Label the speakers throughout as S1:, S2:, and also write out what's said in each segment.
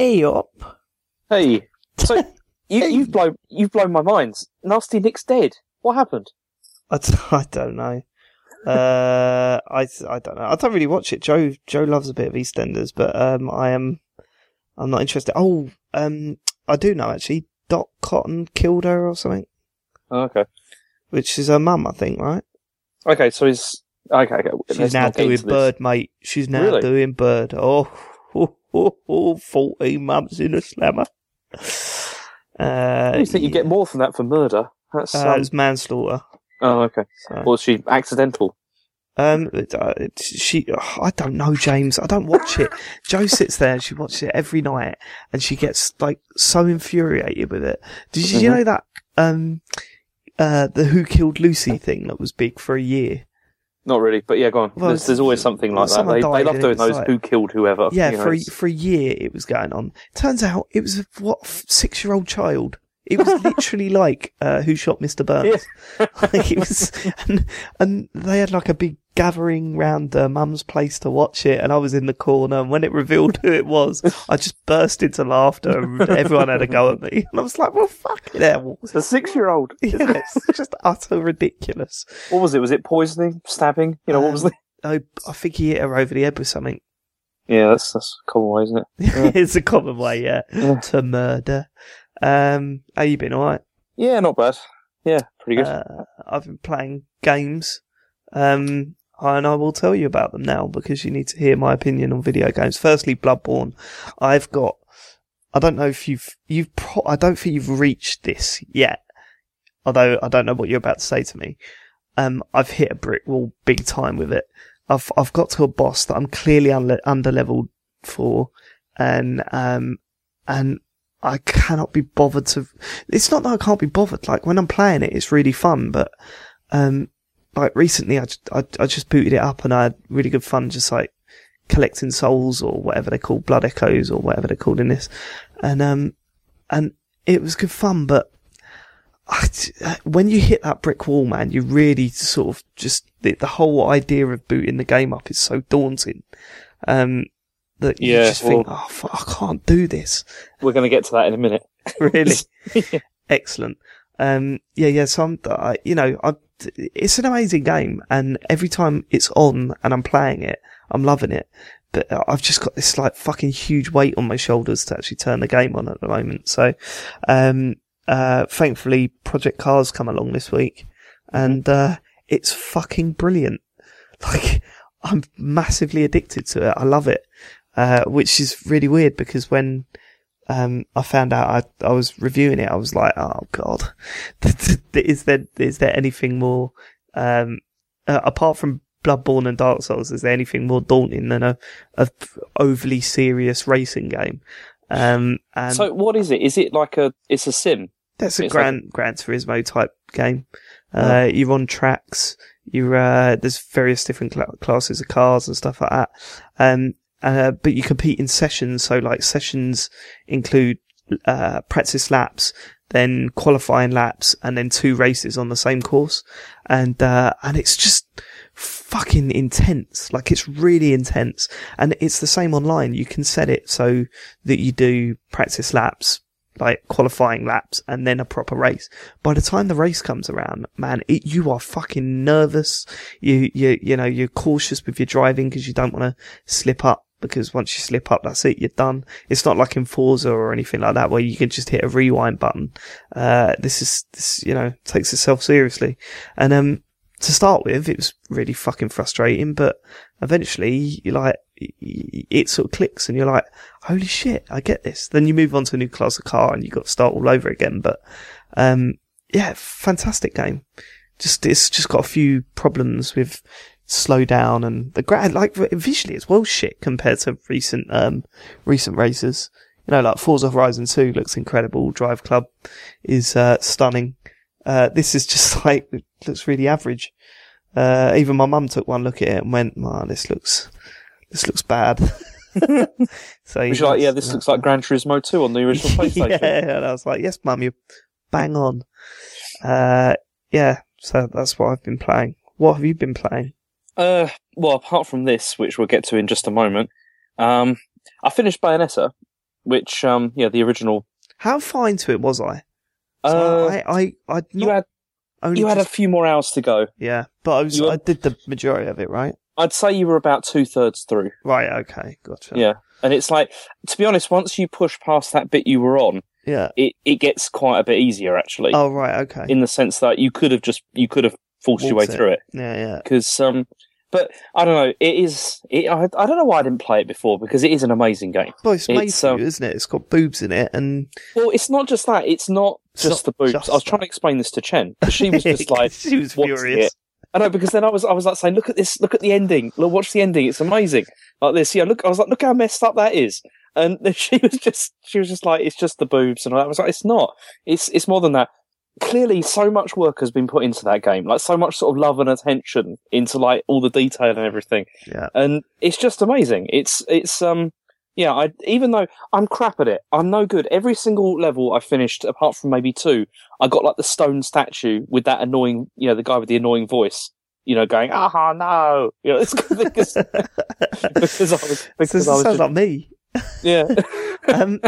S1: Eop.
S2: Hey, so you, you've blown you've blown my mind. Nasty Nick's dead. What happened?
S1: I, d- I don't know. Uh, I I don't know. I don't really watch it. Joe Joe loves a bit of EastEnders, but um, I am I'm not interested. Oh, um, I do know actually. Dot Cotton killed her or something,
S2: Oh, okay.
S1: which is her mum, I think, right?
S2: Okay, so he's okay. okay.
S1: She's
S2: let's
S1: now
S2: not get
S1: doing
S2: into this.
S1: bird, mate. She's now
S2: Really?
S1: doing bird. Oh, oh, oh, oh, 14 months in a slammer. Uh,
S2: You think you get more than that for murder? That's
S1: uh,
S2: um,
S1: it's manslaughter.
S2: oh okay.
S1: So.
S2: Was she accidental?
S1: Um, it- uh, it- she, oh, I don't know, James. I don't watch it. Joe sits there and she watches it every night, and she gets like so infuriated with it. Did you, you know that um, uh, the Who Killed Lucy thing that was big for a year?
S2: Not really, but yeah, go on.
S1: Well,
S2: there's, there's always something like that.
S1: someone
S2: They, they
S1: died
S2: love
S1: and
S2: doing
S1: it was
S2: those
S1: like-
S2: who killed whoever.
S1: Yeah,
S2: you know,
S1: for a,
S2: it's-
S1: for a year it was going on. Turns out it was a, what six year old child. It was literally like uh, Who Shot Mr. Burns. like it was, and, and they had like a big gathering round their mum's place to watch it, and I was in the corner. And when it revealed who it was, I just burst into laughter, and everyone had a go at me. And I was like, "Well, fucking hell!"
S2: it's a six-year-old.
S1: Yeah, it's just utter ridiculous.
S2: What was it? Was it poisoning, stabbing? You know, what was the?
S1: Um, I, I think he hit her over the head with something.
S2: Yeah, that's that's a common way, isn't it?
S1: it's a common way, yeah,
S2: Yeah.
S1: to murder. Um, how you been? All right.
S2: Yeah, not bad. Yeah, pretty good.
S1: Uh, I've been playing games, um, and I will tell you about them now because you need to hear my opinion on video games. Firstly, Bloodborne. I've got. I don't know if you've you've. Pro- I don't think you've reached this yet. Although I don't know what you're about to say to me. Um, I've hit a brick wall big time with it. I've I've got to a boss that I'm clearly unle- under leveled for, and um, and I cannot be bothered to. It's not that I can't be bothered. Like when I'm playing it, it's really fun. But um, like recently, I, j- I I just booted it up and I had really good fun, just like collecting souls or whatever they're called, blood echoes or whatever they're called in this, and um, and it was good fun. But I t- when you hit that brick wall, man, you really sort of just the, the whole idea of booting the game up is so daunting. Um. That you
S2: Yeah,
S1: just think, oh, fuck, I can't do this.
S2: We're going to get to that in a minute.
S1: really excellent um yeah yeah so i'm I, you know i it's an amazing game and every time it's on and i'm playing it i'm loving it but uh, i've just got this like fucking huge weight on my shoulders to actually turn the game on at the moment so um uh thankfully project cars come along this week and uh it's fucking brilliant like i'm massively addicted to it i love it uh which is really weird because when um, I found out I, I was reviewing it. I was like, oh god, is there is there anything more um, uh, apart from Bloodborne and Dark Souls? Is there anything more daunting than a, a overly serious racing game? Um, and
S2: so, what is it? Is it like a? It's a sim.
S1: that's a
S2: It's like-
S1: Gran Gran Turismo type game. Uh, You're on tracks. You're uh, there's various different cla- classes of cars and stuff like that. Um, uh, but you compete in sessions. So like sessions include uh, practice laps, then qualifying laps, and then two races on the same course. And uh, and it's just fucking intense. Like it's really intense. And it's the same online. You can set it so that you do practice laps, like qualifying laps and then a proper race. By the time the race comes around, man, it, you are fucking nervous. You, you, you know, you're cautious with your driving because you don't want to slip up because once you slip up, that's it. You're done. It's not like in Forza or anything like that where you can just hit a rewind button. Uh, this is, this, you know, takes itself seriously. And, um, to start with, it was really fucking frustrating, but eventually you like, y- y- it sort of clicks and you're like, holy shit, I get this. Then you move on to a new class of car and you got to start all over again. But, um, yeah, fantastic game. Just, it's just got a few problems with slow down and the gra like visually it's well shit compared to recent, um, recent races. You know, like Forza Horizon 2 looks incredible. Drive Club is, uh, stunning. Uh, this is just like, it looks really average. Uh, even my mum took one look at it and went, "Ah, this looks, this looks bad." so
S2: Would you like? Yeah, this looks like Gran Turismo 2 on the original PlayStation.
S1: yeah, and I was like, yes, mum, you're bang on. Uh, yeah, so that's what I've been playing. What have you been playing?
S2: Uh, well, apart from this, which we'll get to in just a moment, um, I finished Bayonetta, which um yeah the original.
S1: How far into it was I? So
S2: Uh,
S1: I, I, I I'd
S2: you
S1: not
S2: had
S1: only
S2: you had a
S1: just-
S2: few more hours to go.
S1: yeah, but I was,
S2: you
S1: I
S2: had-
S1: did the majority of it, right?
S2: I'd say you were about two thirds through.
S1: Right, okay, gotcha.
S2: Yeah. And it's like, to be honest, once you push past that bit you were on,
S1: yeah.
S2: it, it gets quite a bit easier actually.
S1: Oh, right, okay.
S2: In the sense that you could have just you could have forced your way
S1: Walked it.
S2: through it
S1: yeah, yeah.
S2: because um, but I don't know. It is. It, I, I don't know why I didn't play it before because it is an amazing game.
S1: Well, it's made
S2: It's,
S1: for
S2: um,
S1: you, isn't it? It's got boobs in it, and
S2: Well, it's not just that. It's not
S1: It's
S2: just
S1: not
S2: the boobs.
S1: just
S2: I was
S1: that.
S2: trying to explain this to Chen. but She was just like,
S1: she was
S2: what's
S1: furious.
S2: it? I know because then I was I was like saying, look at this, look at the ending, look watch the ending, it's amazing. Like this, yeah. Look, I was like, look how messed up that is. And then she was just she was just like, it's just the boobs, and I was like, it's not. It's it's more than that. Clearly, so much work has been put into that game, like so much sort of love and attention into like all the detail and everything,
S1: Yeah.
S2: and it's just amazing. It's it's um yeah. I even though I'm crap at it, I'm no good. Every single level I finished, apart from maybe two, I got like the stone statue with that annoying, you know, the guy with the annoying voice, you know, going, "Aha, no!" You know, it's because, because I was
S1: So this
S2: because I was
S1: sounds
S2: just,
S1: like me.
S2: yeah,
S1: Um,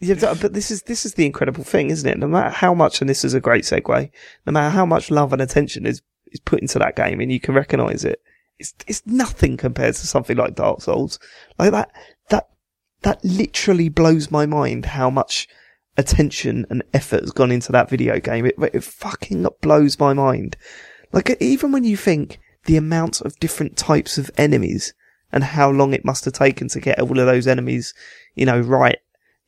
S1: yeah, but but this is this is the incredible thing, isn't it? No matter how much, and this is a great segue. No matter how much love and attention is is put into that game, and you can recognise it. It's it's nothing compared to something like Dark Souls. Like that that that literally blows my mind how much attention and effort has gone into that video game. It it fucking blows my mind. Like even when you think the amount of different types of enemies and how long it must have taken to get all of those enemies, you know, right.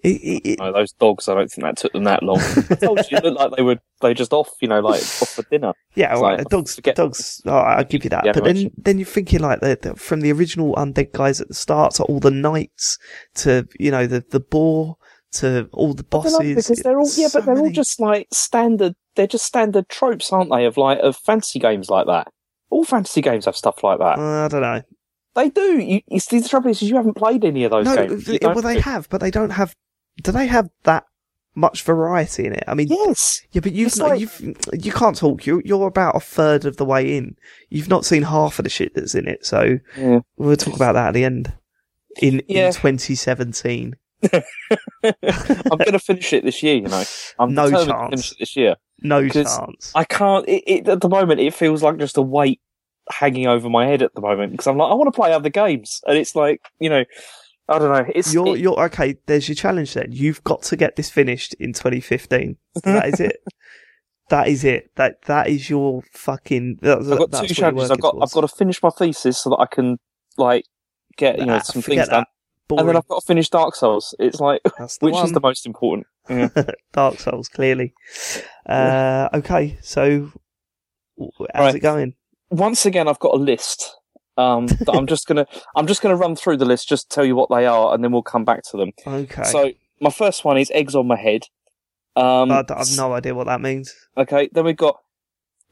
S1: It, it, it,
S2: no, those dogs. I don't think that took them that long. I told you, it looked like they were they just off, you know, like off for dinner.
S1: Yeah,
S2: It's
S1: well,
S2: like,
S1: dogs.
S2: forget-
S1: dogs. Oh, I'll give you that.
S2: Yeah,
S1: but
S2: pretty
S1: then, then you're thinking like the, the, from the original undead guys at the start to all the knights to you know the the boar to all the
S2: I don't
S1: bosses.
S2: know, because they're all yeah,
S1: So
S2: but they're all
S1: many.
S2: just like standard. They're just standard tropes, aren't they? Of like of fantasy games like that. All fantasy games have stuff like that.
S1: Uh, I don't know.
S2: They do. You, you see, the trouble is you haven't played any of those
S1: No,
S2: games. You
S1: th-
S2: don't
S1: well they
S2: know.
S1: have, but they don't have. Do they have that much variety in it? I mean, yeah,
S2: Yes.
S1: but you've,
S2: It's
S1: not,
S2: like-
S1: you've you can't talk. You you're about a third of the way in. You've not seen half of the shit that's in it. So
S2: Yeah.
S1: we'll talk about that at the end. In
S2: Yeah.
S1: in 2017.
S2: I'm going to finish it this year. You know, I'm
S1: No
S2: determined
S1: chance.
S2: to finish it this year.
S1: No
S2: 'Cause
S1: chance.
S2: I can't. It, it, at the moment, it feels like just a weight hanging over my head at the moment because I'm like, I want to play other games, and it's like, you know, I don't know. It's
S1: You're,
S2: it-
S1: you're okay. There's your challenge then. You've got to get this finished in 2015. That is it. that is it. That that is your fucking. That,
S2: I've got two challenges. I've got I've got to finish my thesis so that I can like get you know some things done, and then I've got to finish Dark Souls. It's like,
S1: That's the
S2: which is
S1: one.
S2: the most important?
S1: Dark Souls clearly. Uh, okay, so w- how's
S2: Right.
S1: it going?
S2: once again I've got a list. Um, that I'm just gonna I'm just gonna run through the list, just tell you what they are, and then we'll come back to them.
S1: Okay,
S2: So my first one is eggs on my head. Um,
S1: I d- I've no idea what that means.
S2: okay, then we've got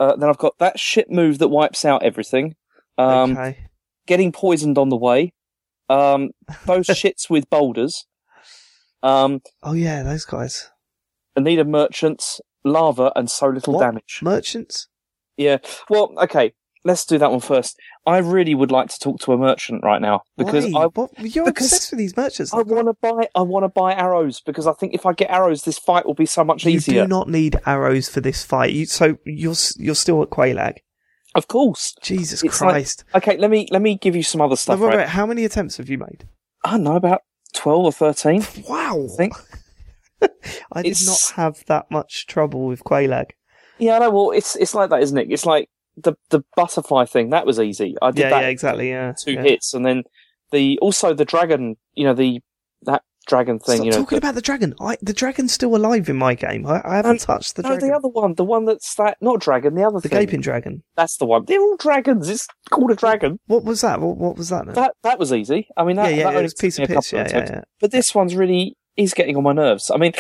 S2: uh, then I've got that shit move that wipes out everything. Um,
S1: okay,
S2: getting poisoned on the way. Um, those shits with boulders. Um,
S1: oh yeah, those guys,
S2: Anita merchants, lava, and so little
S1: What?
S2: damage.
S1: merchants.
S2: Yeah. Well, okay. Let's do that one first. I really would like to talk to a merchant right now because
S1: Why?
S2: I
S1: What? you're
S2: because-
S1: obsessed with these merchants.
S2: I want to buy. I want to buy arrows because I think if I get arrows, this fight will be so much
S1: You
S2: easier.
S1: do not need arrows for this fight. You, so you're s- you're still at Quaylag.
S2: Of course.
S1: Jesus
S2: It's like-
S1: Christ.
S2: Okay. Let me let me give you some other stuff.
S1: No, wait,
S2: right?
S1: wait, how many attempts have you made?
S2: I don't know about twelve or thirteen.
S1: Wow. I,
S2: think.
S1: did
S2: It's-
S1: not have that much trouble with Quaylag.
S2: Yeah. I know. Well, it's it's like that, isn't it? It's like the the butterfly thing. That was easy. I did
S1: Yeah,
S2: that
S1: yeah, exactly. Yeah.
S2: two
S1: yeah.
S2: hits, and then the also the dragon. You know the that dragon thing.
S1: Stop
S2: you know.
S1: talking
S2: the-
S1: about the dragon. I, the dragon's still alive in my game. I, I haven't
S2: No,
S1: touched the
S2: no,
S1: dragon.
S2: the other one, the one that's that not dragon, the other
S1: The
S2: thing.
S1: gaping dragon.
S2: That's the one. They're all dragons. It's called a dragon.
S1: What was that? What, what was that? Now?
S2: That that was easy. I mean, that,
S1: yeah, yeah,
S2: that
S1: it
S2: only
S1: was
S2: took
S1: piece
S2: me
S1: of
S2: a couple
S1: piss. Yeah,
S2: attempts.
S1: yeah, yeah.
S2: but this one's really is getting on my nerves. I mean,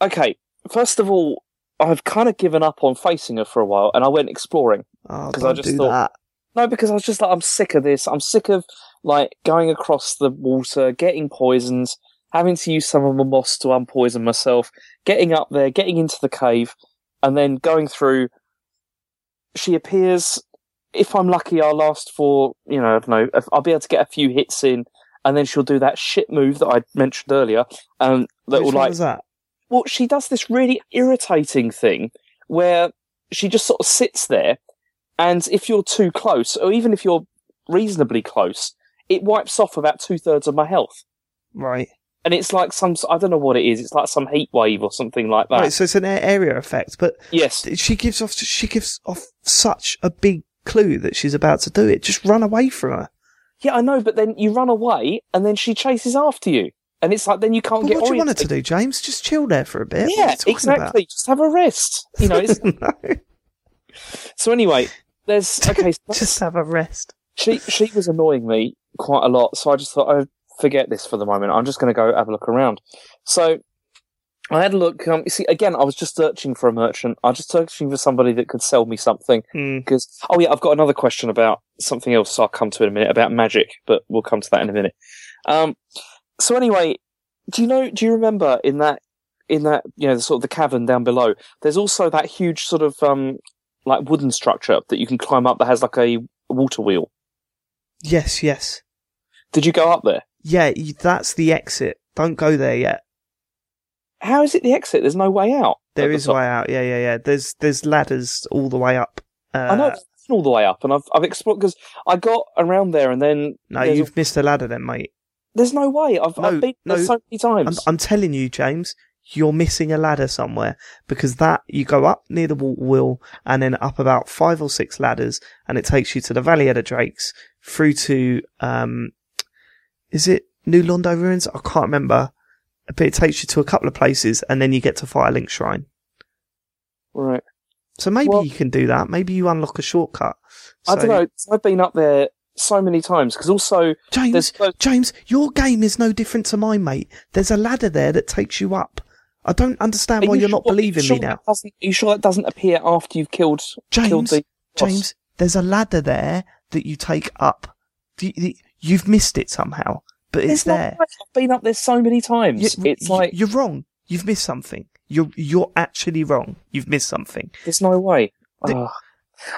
S2: okay, first of all, I've kind of given up on facing her for a while, and I went exploring.
S1: Oh,
S2: 'Cause I
S1: don't
S2: just
S1: do
S2: thought- No, because I was just like, I'm sick of this. I'm sick of like going across the water, getting poisons, having to use some of my moss to unpoison myself, getting up there, getting into the cave, and then going through. She appears. If I'm lucky, I'll last for you know, I don't know. I'll be able to get a few hits in, and then she'll do that shit move that I mentioned earlier, um, that
S1: Which
S2: will
S1: one
S2: like
S1: was that?
S2: well, she does this really irritating thing where she just sort of sits there, and if you're too close, or even if you're reasonably close, it wipes off about two thirds of my health.
S1: Right.
S2: And it's like some, I don't know what it is, it's like some heat wave or something like that.
S1: Right. So it's an a- area effect, but
S2: yes.
S1: she gives off she gives off such a big clue that she's about to do it. Just run away from her.
S2: Yeah, I know, but then you run away, and then she chases after you. And it's like, then you can't
S1: But
S2: get
S1: what do you want her
S2: oriented.
S1: to do, James? Just chill there for a bit. What are
S2: Yeah,
S1: you talking
S2: exactly. Just have a rest. You know, it's,
S1: about? No,
S2: so anyway, there's, okay, so that's-
S1: just have a rest.
S2: she she was annoying me quite a lot, so I just thought, oh, forget this for the moment. I'm just going to go have a look around. So I had a look. Um, you see, again, I was just searching for a merchant. I was just searching for somebody that could sell me something.
S1: Mm.
S2: Because oh yeah, I've got another question about something else. I'll come to in a minute about magic, but we'll come to that in a minute. Um, so anyway, do you know? Do you remember in that in that you know the sort of the cavern down below? There's also that huge sort of um like wooden structure that you can climb up that has like a water wheel.
S1: Yes, yes.
S2: Did you go up there?
S1: Yeah, y- that's the exit. Don't go there yet.
S2: How is it the exit? There's no way out. at
S1: There
S2: the
S1: is a
S2: top.
S1: way out. Yeah, yeah, yeah. There's there's ladders all the way up. Uh,
S2: I know it's all the way up, and I've I've explored because I got around there, and then
S1: No,
S2: there's,
S1: you've missed a ladder then, mate.
S2: there's no way. I've,
S1: No,
S2: I've been
S1: no.
S2: there so many
S1: I'm,
S2: times.
S1: I'm telling you, James, you're missing a ladder somewhere because that you go up near the water wheel and then up about five or six ladders, and it takes you to the Valley of the Drakes through to um, is it New Londo ruins? I can't remember, but it takes you to a couple of places, and then you get to Firelink Shrine.
S2: right.
S1: So maybe
S2: Well-
S1: you can do that. Maybe you unlock a shortcut.
S2: I don't
S1: So-
S2: know. I've been up there so many times because also
S1: James,
S2: there's those-
S1: James, your game is no different to mine, mate. There's a ladder there that takes you up. I don't understand
S2: Are
S1: why
S2: you
S1: you are not
S2: sure-
S1: believing
S2: sure
S1: me
S2: that
S1: now.
S2: doesn't- Are you sure that doesn't appear after you've killed killed
S1: James,
S2: the boss?
S1: James, there's a ladder there that you take up. Do you, you've missed it somehow, but it's
S2: There's no
S1: there.
S2: way. I've been up there so many times.
S1: You-
S2: it's
S1: you-
S2: like
S1: you're wrong. You've missed something. You're you're actually wrong. You've missed something.
S2: there's no way.
S1: The-
S2: Ugh.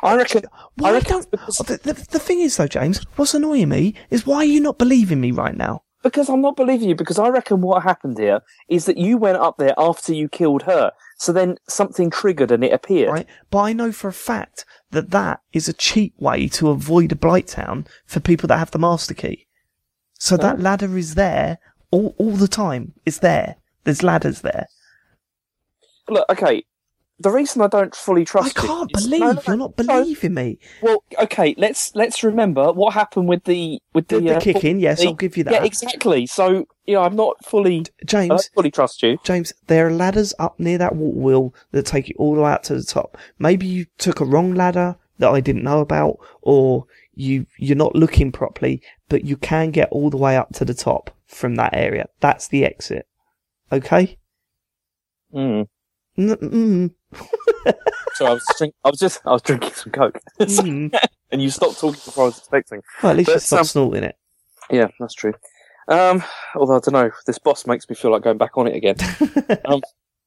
S2: I reckon.
S1: Why
S2: I reckon
S1: don't?
S2: it's because,
S1: The, the, the thing is, though, James, what's annoying me is why are you not believing me right now?
S2: Because I'm not believing you. Because I reckon what happened here is that you went up there after you killed her. So then something triggered and it appeared.
S1: right? But I know for a fact that that is a cheap way to avoid a blight town for people that have the master key. So that
S2: Oh.
S1: ladder is there all, all the time. It's there. There's ladders there.
S2: Look, okay. The reason I don't fully
S1: I
S2: trust you
S1: can't
S2: is-
S1: believe
S2: No, no, no.
S1: you're not
S2: No.
S1: believing me.
S2: well, okay. Let's let's remember what happened with the with the,
S1: The, the
S2: uh,
S1: kicking, yes,
S2: the-
S1: I'll give you that.
S2: Yeah, exactly. So you know, I'm not fully. I
S1: James,
S2: don't fully trust you.
S1: James, there are ladders up near that water wheel that take it all the way out to the top. Maybe you took a wrong ladder that I didn't know about, or you you're not looking properly, but you can get all the way up to the top from that area. That's the exit. Okay.
S2: Mm.
S1: Mm, mm,
S2: So I was drink, I was just I was drinking some coke,
S1: mm.
S2: and you stopped talking before I was expecting.
S1: Well, at least you
S2: But
S1: stop
S2: some-
S1: snorting it.
S2: Yeah, that's true. Um, although I don't know, this boss makes me feel like going back on it again. um,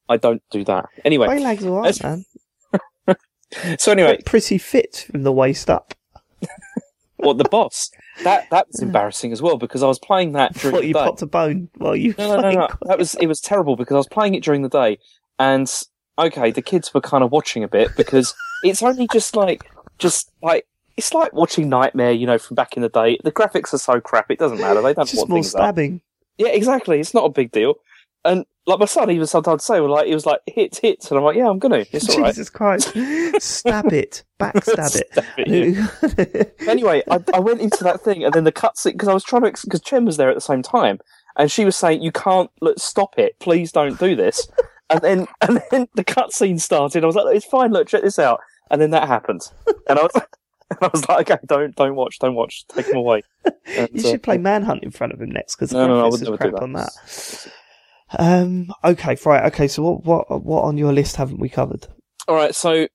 S2: I don't do that anyway.
S1: My legs are
S2: That's-
S1: right, man.
S2: So anyway,
S1: Pretty fit from the waist up.
S2: well, the boss that that was embarrassing as well because I was playing that during
S1: What
S2: the
S1: you
S2: day.
S1: popped a bone while you.
S2: No, no, no, no. That was it was terrible because I was playing it during the day, and okay, the kids were kind of watching a bit because it's only just like just like it's like watching Nightmare, you know, from back in the day. The graphics are so crap; it doesn't matter. They don't
S1: Just
S2: want
S1: more
S2: things up.
S1: stabbing.
S2: Yeah, exactly. It's not a big deal. And like my son, even sometimes say, well, like he was like hits, hits, and I'm like, yeah, I'm gonna. It's all right.
S1: Jesus Christ. Stab it. Backstab it.
S2: Stab it, yeah. anyway, I, I went into that thing, and then the cutscene because I was trying to because Chen was there at the same time, and she was saying, "You can't look, stop it, please don't do this." and then and then the cutscene started. I was like, "It's fine, look, check this out." And then that happened, and I was and I was like, "Okay, don't don't watch, don't watch, take him away." And,
S1: you
S2: uh,
S1: should play Manhunt in front of him next because
S2: No, no, no, I
S1: no,
S2: would
S1: is
S2: never do
S1: crap
S2: that.
S1: on that. Um. Okay. Right. Okay. So what what what on your list haven't we covered?
S2: All right, so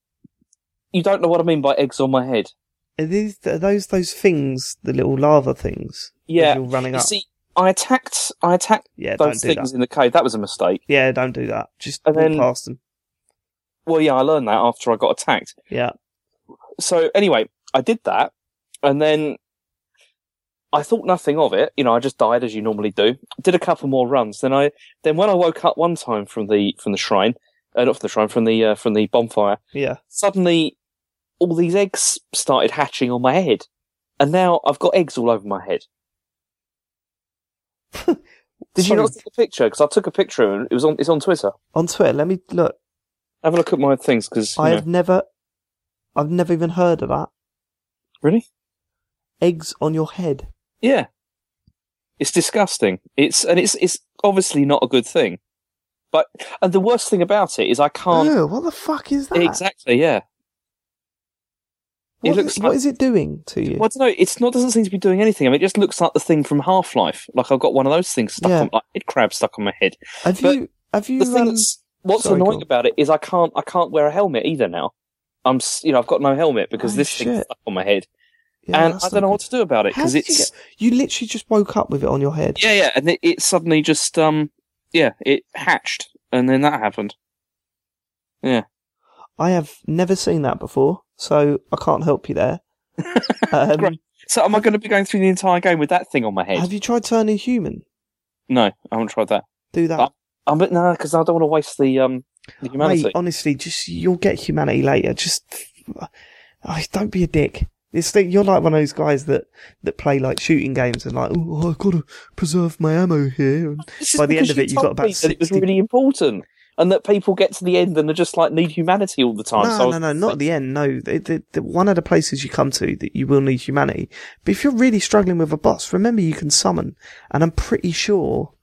S2: you don't know what I mean by eggs on my head.
S1: Are these are those those things, the little lava things? as
S2: Yeah,
S1: You're running
S2: you
S1: up.
S2: see, I attacked I attacked
S1: yeah. Don't
S2: those
S1: do
S2: things
S1: that.
S2: in the cave. That was a mistake.
S1: Yeah. Don't do that. Just
S2: And
S1: walk
S2: then-
S1: past them.
S2: Well, yeah, I learned that after I got attacked.
S1: Yeah.
S2: so anyway, I did that, and then I thought nothing of it. You know, I just died as you normally do. Did a couple more runs. Then I then when I woke up one time from the from the shrine, uh, not from the shrine, from the uh, from the bonfire,
S1: Yeah.
S2: suddenly all these eggs started hatching on my head, and now I've got eggs all over my head. Did you
S1: Sorry.
S2: not take a picture? Because I took a picture and it was on. It's on Twitter.
S1: On Twitter, let me look.
S2: Have a look at my things because
S1: I have never, I've never even heard of that.
S2: really,
S1: Eggs on your head.
S2: yeah, it's disgusting. It's and it's it's obviously not a good thing. But and the worst thing about it is I can't
S1: Ew, what the Oh, fuck is that?
S2: exactly. Yeah,
S1: What
S2: it looks
S1: is- what
S2: like-
S1: is it doing to you?
S2: Well, I don't know. It's not doesn't seem to be doing anything. I mean, it just looks like the thing from Half Life. Like I've got one of those things stuck
S1: Yeah.
S2: on, like head crab stuck on my head.
S1: Have
S2: but
S1: you? Have you?
S2: The thing
S1: um,
S2: that's what's
S1: sorry,
S2: annoying
S1: go on.
S2: about it is I can't I can't wear a helmet either now. I'm s- you know I've got no helmet because
S1: Oh,
S2: this
S1: shit.
S2: thing's stuck on my head,
S1: Yeah,
S2: and I
S1: that's
S2: don't know
S1: not
S2: what to do about it
S1: good. How
S2: because
S1: did you,
S2: it's
S1: get, you literally just woke up with it on your head.
S2: yeah yeah, and it, it suddenly just um yeah it hatched and then that happened.
S1: I have never seen that before, so I can't help you there. um,
S2: Great. So am I going to be going through the entire game with that thing on my head?
S1: have you tried turning human?
S2: No, I haven't tried that.
S1: Do that.
S2: Uh, Um, but no, because I don't want to waste the um the humanity.
S1: Mate, oh, honestly, just you'll get humanity later. Just oh, don't be a dick. It's like, you're like one of those guys that, that play like shooting games and like, oh, I've got to preserve my ammo here. And
S2: It's just
S1: By the end
S2: because
S1: of it, you
S2: told
S1: got about
S2: me that it was
S1: 60
S2: really important, and that people get to the end and are just like need humanity all the time.
S1: no,
S2: so I
S1: no,
S2: was-
S1: no, not at the end. No, the, the, the, one of the places you come to that you will need humanity. But if you're really struggling with a boss, remember you can summon, and I'm pretty sure,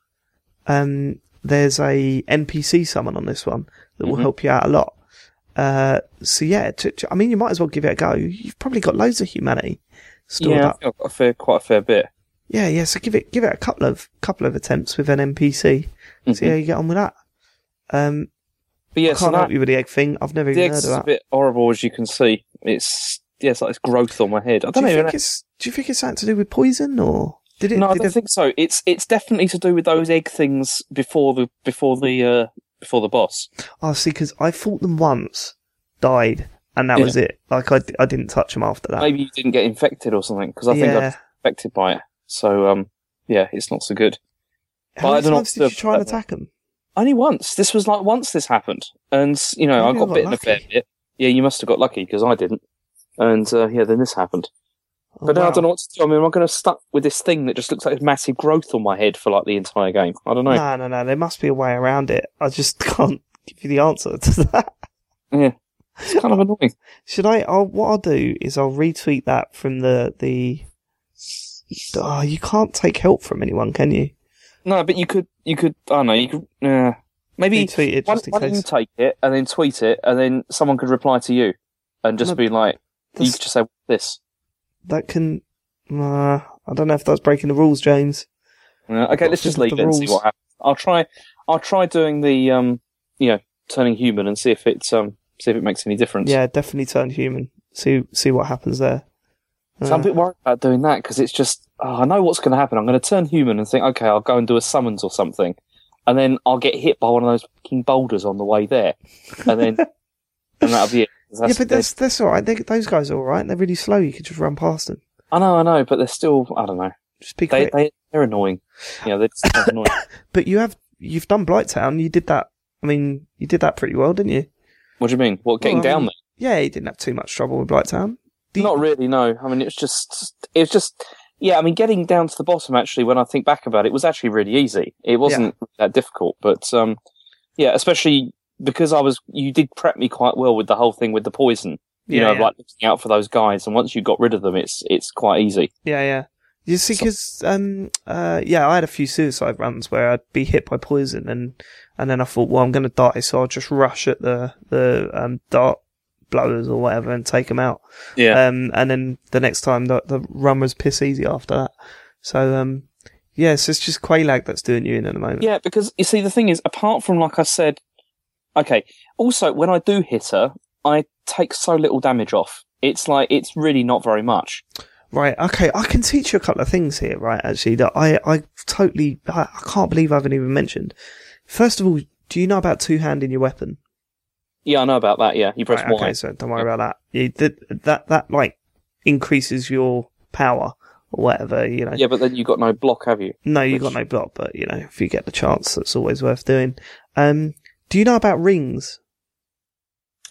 S1: um, there's a NPC summon on this one that will
S2: Mhm.
S1: help you out a lot. Uh, so yeah, t- t- I mean, you might as well give it a go. You've probably got loads of humanity stored
S2: yeah, I
S1: up.
S2: think I've got a fair, quite a fair bit.
S1: Yeah, yeah. So give it, give it a couple of, couple of attempts with an NPC. See how you get on with that. Um,
S2: But Mm-hmm. yeah,
S1: I
S2: so
S1: can't help
S2: that,
S1: you with the egg thing. I've never
S2: the
S1: even heard
S2: egg's
S1: of
S2: a
S1: that.
S2: bit horrible, as you can see. It's yeah, it's like it's growth on my head. I
S1: Do
S2: don't
S1: you
S2: even.
S1: think it's do you think it's something to do with poison or did it
S2: no, I
S1: did
S2: don't
S1: it,
S2: think so. It's it's definitely to do with those egg things before the before the uh, before the boss.
S1: oh, see because I fought them once, died, and that
S2: Yeah.
S1: was it. Like I, d- I didn't touch them after that.
S2: Maybe you didn't get infected or something because I think I
S1: Ah. yeah.
S2: was infected by it. So um, yeah, it's not so good.
S1: How
S2: I
S1: many
S2: don't know
S1: times
S2: what
S1: did
S2: to
S1: you try and
S2: do.
S1: attack them?
S2: Only once. This was like once this happened, and you know
S1: Maybe
S2: I got
S1: I got
S2: bitten a fair
S1: lucky.
S2: bit. Yeah, you must have got lucky because I didn't. And uh, yeah, then this happened.
S1: Oh,
S2: but now
S1: wow.
S2: I don't know what to do. I mean, am I going to stuck with this thing that just looks like massive growth on my head for like the entire game? I don't know.
S1: No, no, no. There must be a way around it. I just can't give you the answer to that.
S2: It's kind of annoying.
S1: Should I? I'll, what I'll do is I'll retweet that from the the. Oh, you can't take help from anyone, can you?
S2: No, but you could, you could. I don't know. You could. Uh, maybe
S1: Retweet it
S2: why,
S1: just in
S2: why don't you
S1: case.
S2: take it and then tweet it, and then someone could reply to you and just
S1: No,
S2: be like, you
S1: That's-
S2: could just say this.
S1: that can. Uh, I don't know if that's breaking the rules, James.
S2: Uh, okay, let's
S1: This
S2: just
S1: is
S2: leave it
S1: the
S2: and see
S1: rules.
S2: what happens. I'll try. I'll try doing the um, you know, turning human and see if it um, see if it makes any difference.
S1: Yeah, definitely turn human. See see what happens there. Mm. Uh,
S2: So I'm a bit worried about doing that because it's just oh, I know what's going to happen. I'm going to turn human and think, okay, I'll go and do a summons or something, and then I'll get hit by one of those fucking boulders on the way there, and then and that'll be it. 'Cause
S1: yeah,
S2: that's-
S1: but that's that's all right. They, those guys are all right. They're really slow. You could just run past them.
S2: I know, I know, but they're still I don't know.
S1: Just be
S2: They
S1: quick.
S2: they they're annoying. You know, they're just kind of annoying.
S1: but you have you've done Blighttown. You did that. I mean, you did that pretty well, didn't you?
S2: What do you mean? What getting
S1: Well, I
S2: down
S1: mean,
S2: there?
S1: Yeah, you didn't have too much trouble with Blighttown. Do you-
S2: Not really. No, I mean it was just it was just yeah. I mean getting down to the bottom actually. When I think back about it, was actually really easy. It wasn't that difficult, but um, yeah, especially because I was you did prep me quite well with the whole thing with the poison. You
S1: yeah,
S2: know,
S1: yeah.
S2: like looking out for those guys, and once you got rid of them, it's it's quite easy.
S1: Yeah, yeah. You see, because um, uh, yeah, I had a few suicide runs where I'd be hit by poison, and and then I thought, well, I'm going to die, so I'll just rush at the the um, dart blowers or whatever and take them out.
S2: Yeah.
S1: Um, and then the next time the, the run was piss easy after that. So um, yeah, so it's just Quaylag that's doing you in at the moment.
S2: Yeah, because you see, the thing is, apart from like I said, okay. Also, when I do hit her, I take so little damage off. It's like it's really not very much.
S1: Right. Okay. I can teach you a couple of things here. Right. Actually, that I I totally I, I can't believe I haven't even mentioned. First of all, do you know about two handing your weapon?
S2: Yeah, I know about that. Yeah, you press
S1: Right,
S2: Y.
S1: okay, so don't worry about that. You, that that that like increases your power or whatever, you know.
S2: Yeah, but then you got no block, have you?
S1: No, you got
S2: Which-
S1: no block, but you know, if you get the chance, that's always worth doing. Um, do you know about rings?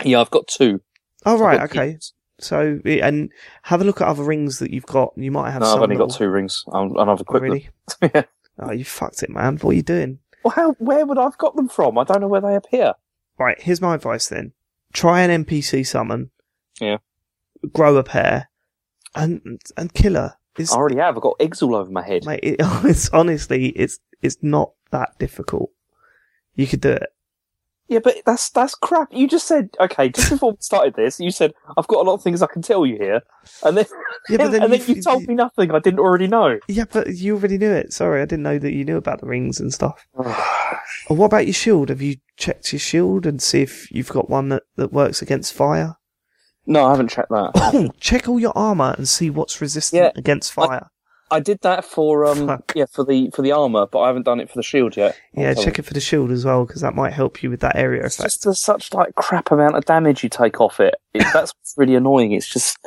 S2: Yeah, I've got two.
S1: Oh, right,
S2: I've got
S1: okay. So, and have a look at other rings that you've got. You might have
S2: No,
S1: some.
S2: I've only got
S1: that-
S2: two rings, um, and I've
S1: Oh,
S2: equipped
S1: really?
S2: them. yeah.
S1: Oh, you fucked it, man. What are you doing?
S2: Well, how, where would I've got them from? I don't know where they appear.
S1: Right, here's my advice then. Try an NPC summon.
S2: Yeah.
S1: Grow a pair. And, and kill her. It's,
S2: I already have. I've got eggs all over my head.
S1: mate, it, it's honestly, it's, it's not that difficult. You could do it.
S2: Yeah, but that's that's crap. You just said okay just before we started this. You said I've got a lot of things I can tell you here, and then
S1: Yeah, but then
S2: and then
S1: you've-
S2: you told me nothing I didn't already know.
S1: Yeah, but you already knew it. Sorry, I didn't know that you knew about the rings and stuff. Or what about your shield? Have you checked your shield and see if you've got one that, that works against fire?
S2: no, I haven't checked that.
S1: Check all your armor and see what's resistant
S2: Yeah,
S1: against fire.
S2: I did that for um
S1: Fuck.
S2: yeah for the for the armor, but I haven't done it for the shield yet.
S1: yeah,
S2: So
S1: check it for the shield as well because that might help you with that area
S2: It's
S1: effect.
S2: just there's such like crap amount of damage you take off it. it that's what's really annoying. It's just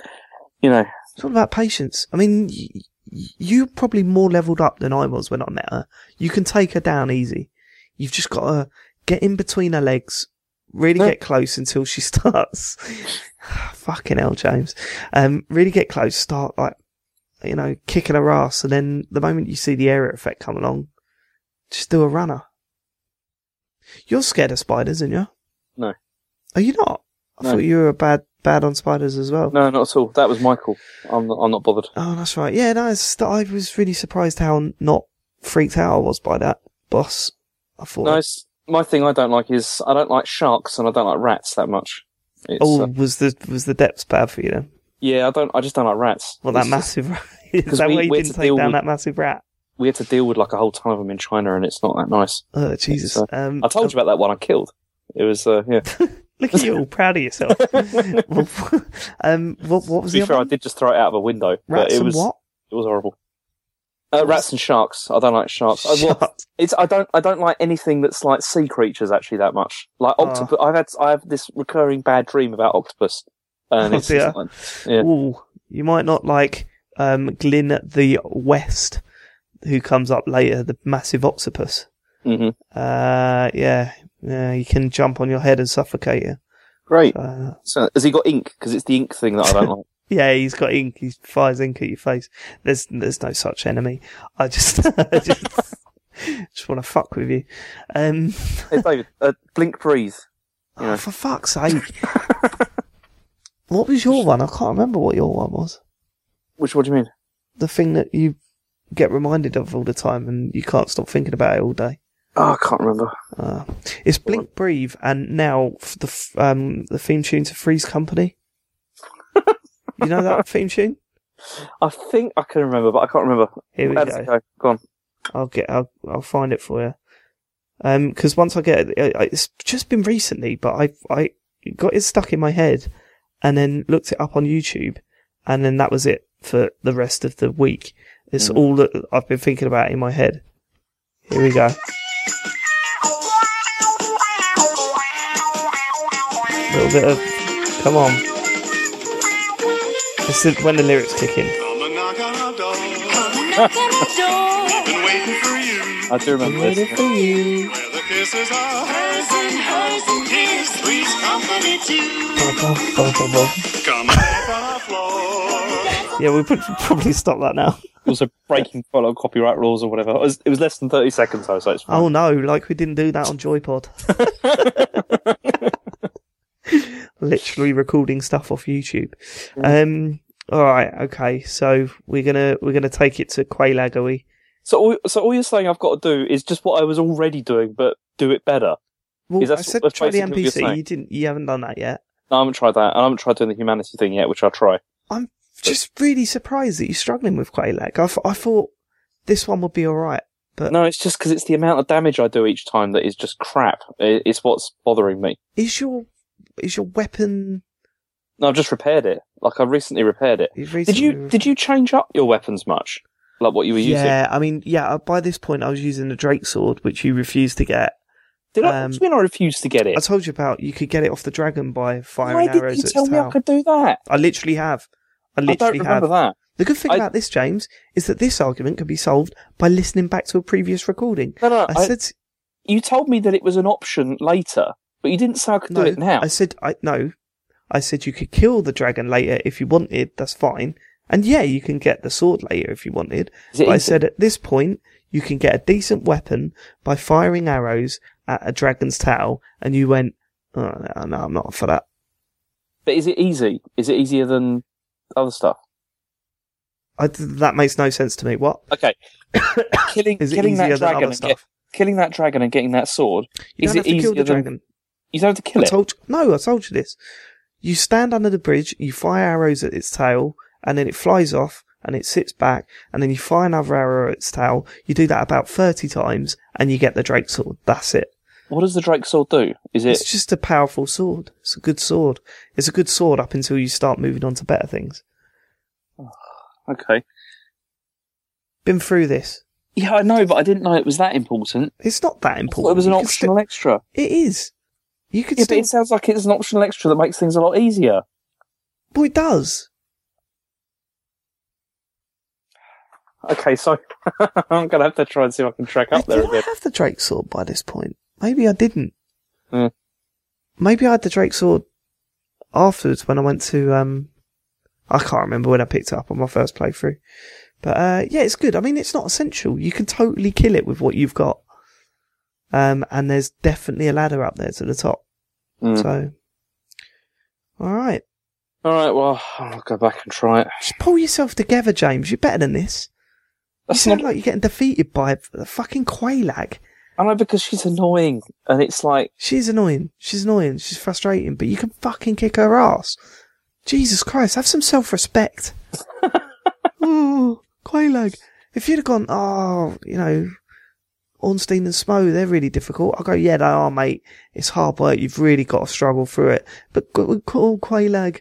S2: you know
S1: It's all about patience. I mean, y- y- you probably more leveled up than I was when I met her. You can take her down easy. You've just got to get in between her legs, really
S2: Yeah.
S1: get close until she starts. Fucking hell, James. Um, really get close, start like, you know, kicking her ass. And then the moment you see the area effect come along, just do a runner. You're scared of spiders, aren't you?
S2: No.
S1: Are you not? I
S2: No.
S1: thought you were a bad, bad on spiders as well.
S2: no not at all. That was Michael. I'm not, I'm not bothered.
S1: Oh, that's right. Yeah, no, it's, I was really surprised how not freaked out I was by that boss. I thought
S2: No, it's, my thing I don't like is I don't like sharks and I don't like rats that much. It's,
S1: Oh,
S2: uh,
S1: was the was the depths bad for you then?
S2: yeah, I don't. I just don't like rats.
S1: Well, that
S2: It's just-
S1: massive rat. Is
S2: 'cause
S1: that
S2: we-
S1: why you
S2: we had
S1: didn't
S2: to
S1: take
S2: deal
S1: down
S2: with-
S1: that massive rat?
S2: we had to deal with like a whole ton of them in China, and it's not that nice.
S1: Oh, Jesus.
S2: So,
S1: Um,
S2: I told you about that one I killed. It was uh, yeah.
S1: Look at you, all proud of yourself. um, what what
S2: to
S1: was
S2: be
S1: the other
S2: fair, I
S1: one?
S2: did just throw it out of a window. but
S1: Rats
S2: it
S1: and
S2: was
S1: what?
S2: it was horrible. Uh, rats and sharks. I don't like sharks. I, well,
S1: Sharks.
S2: it's I don't I don't like anything that's like sea creatures actually that much. Like
S1: Ah.
S2: octopus. I've had I have this recurring bad dream about octopus. uh, And
S1: Oh,
S2: it's, it's
S1: dear.
S2: like- yeah.
S1: Ooh, you might not like um, Glyn the West, who comes up later, the massive octopus.
S2: hmm
S1: Uh, yeah, yeah, you can jump on your head and suffocate you.
S2: Great.
S1: Uh,
S2: So has he got ink? Because it's the ink thing that I don't like.
S1: yeah, he's got ink. He fires ink at your face. There's there's no such enemy. I just I just, just want to fuck with you. Um,
S2: Hey David, uh, blink breathe. You
S1: oh,
S2: know.
S1: for fuck's sake. what was your one? I can't remember what your one was.
S2: Which what do you mean?
S1: The thing that you get reminded of all the time and you can't stop thinking about it all day.
S2: Oh, I can't remember.
S1: Uh, it's Blink Breathe, and now f- the f- um the theme tune to Freeze Company. you know that theme tune?
S2: I think I can remember, but I can't remember.
S1: Here we
S2: How does
S1: go.
S2: it go? Go on.
S1: I'll get. I'll, I'll find it for you. Um, because once I get it, I- I- it's just been recently, but I I got it stuck in my head, and then looked it up on YouTube, and then that was it for the rest of the week. It's
S2: Mhm.
S1: all that I've been thinking about in my head. Here we go. little bit of, come on. This is when the lyrics kick in.
S3: Come and knock on our door. Been waiting for you.
S2: I do remember this.
S3: Where the kisses are hers and hers and his. Sweet company too. Come and knock on our floor.
S1: Yeah, we could probably stop that now.
S2: also breaking follow copyright rules or whatever. It was, it was less than thirty seconds though, so it's fine.
S1: Oh no, like we didn't do that on Joypod. Literally recording stuff off YouTube. Um, all right, okay. So we're gonna we're gonna take it to Quailagoi.
S2: So, all, so all you're saying I've got to do is just what I was already doing, but do it better.
S1: Well,
S2: Is that
S1: I
S2: s-
S1: said
S2: that's
S1: try the
S2: basically what you're
S1: NPC.
S2: saying?
S1: You didn't. You haven't done that yet.
S2: No, I haven't tried that, and I haven't tried doing the humanity thing yet, which I'll try.
S1: I'm just really surprised that you're struggling with Quailag. I, th- I thought this one would be all right.
S2: No, it's just because it's the amount of damage I do each time that is just crap. I- It's what's bothering me.
S1: Is your is your weapon?
S2: No, I've just repaired it. Like I recently repaired it.
S1: You've
S2: Did you
S1: recently-
S2: did you change up your weapons much? Like what you were using?
S1: Yeah, I mean, yeah. uh, By this point, I was using the Drake sword, which you refused to get.
S2: Did
S1: um,
S2: I? what do you mean I refused to get
S1: I
S2: it?
S1: told you about you could get it off the dragon by
S2: Why
S1: firing
S2: didn't
S1: arrows
S2: you
S1: at its
S2: tell me I
S1: tail.
S2: could do that?
S1: I literally have. I
S2: I don't
S1: literally
S2: remember
S1: have.
S2: that.
S1: The good thing
S2: I-
S1: about this, James, is that this argument can be solved by listening back to a previous recording.
S2: No, no,
S1: I
S2: I,
S1: said s-
S2: you told me that it was an option later, but you didn't say I could
S1: no.
S2: do it now.
S1: I said I no. I said you could kill the dragon later if you wanted. That's fine. And yeah, you can get the sword later if you wanted.
S2: Is it
S1: But I
S2: easy?
S1: said at this point you can get a decent weapon by firing arrows at a dragon's tail. And you went, oh, no, no, I'm not for that.
S2: But is it easy? Is it easier than other stuff?
S1: I, that makes no sense to me. What
S2: Okay, killing
S1: is it
S2: killing
S1: easier than
S2: that dragon
S1: other
S2: and get,
S1: stuff?
S2: killing that dragon and getting that sword.
S1: You
S2: is
S1: don't
S2: it
S1: have to
S2: easier
S1: kill the
S2: than
S1: dragon.
S2: you don't have to kill
S1: I
S2: it?
S1: told no, I told you this. You stand under the bridge, you fire arrows at its tail, and then it flies off, and it sits back, and then you fire another arrow at its tail. You do that about thirty times, and you get the Drake sword. That's it.
S2: What does the Drake sword do? Is it?
S1: It's just a powerful sword. It's a good sword. It's a good sword up until you start moving on to better things.
S2: Okay.
S1: Been through this.
S2: Yeah, I know, but I didn't know it was that important.
S1: It's not that
S2: I thought
S1: important.
S2: it was an
S1: You can
S2: optional
S1: still-
S2: extra.
S1: it is. You could
S2: Yeah, but
S1: still.
S2: it sounds like it's an optional extra that makes things a lot easier.
S1: Well, it does.
S2: Okay, so I'm gonna have to try and see if I can track up
S1: Did
S2: there
S1: I
S2: again.
S1: have the Drake sword by this point? Maybe I didn't.
S2: Hmm.
S1: Maybe I had the Drake sword afterwards when I went to um I can't remember when I picked it up on my first playthrough. But uh yeah, it's good. I mean it's not essential. You can totally kill it with what you've got. Um and there's definitely a ladder up there to the top.
S2: Mm.
S1: So Alright.
S2: All right, well, I'll go back and try it.
S1: Just pull yourself together, James. You're better than this. You
S2: That's
S1: sound
S2: not.
S1: like you're getting defeated by a fucking Quaylag.
S2: I know because she's annoying, and it's like
S1: She's annoying. She's annoying. She's frustrating, but you can fucking kick her ass. Jesus Christ, have some self respect. oh, Quaylag. If you'd have gone, oh, you know, Ornstein and Smo, they're really difficult. I'll go, yeah, they are, mate. It's hard work. You've really got to struggle through it. But g- call Quaylag.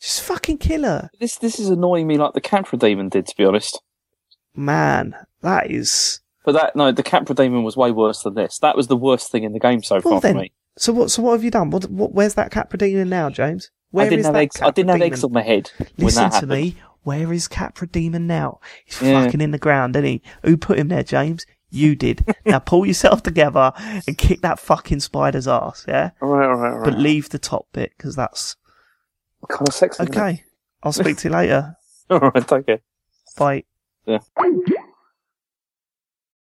S1: Just fucking kill her.
S2: this. This is annoying me like the Capra Demon did, to be honest.
S1: Man, that is.
S2: But that no, the Capra Demon was way worse than this. That was the worst thing in the game so
S1: Well
S2: far
S1: then,
S2: for me.
S1: So what? So what have you done? What? what where's that Caprademon now, James? Where
S2: I didn't
S1: is
S2: have
S1: that
S2: eggs. I didn't have
S1: Caprademon?
S2: eggs on my head when
S1: Listen
S2: that
S1: to
S2: happened.
S1: me. Where is Capra Demon now? He's
S2: Yeah.
S1: fucking in the ground, isn't he? Who put him there, James? You did. now pull yourself together and kick that fucking spider's ass, yeah?
S2: All right, all right, all right.
S1: But leave the top bit, because that's.
S2: kind of sexy. isn't it?
S1: Okay. I'll speak to you later.
S2: All right, take it.
S1: Bye.
S2: Yeah.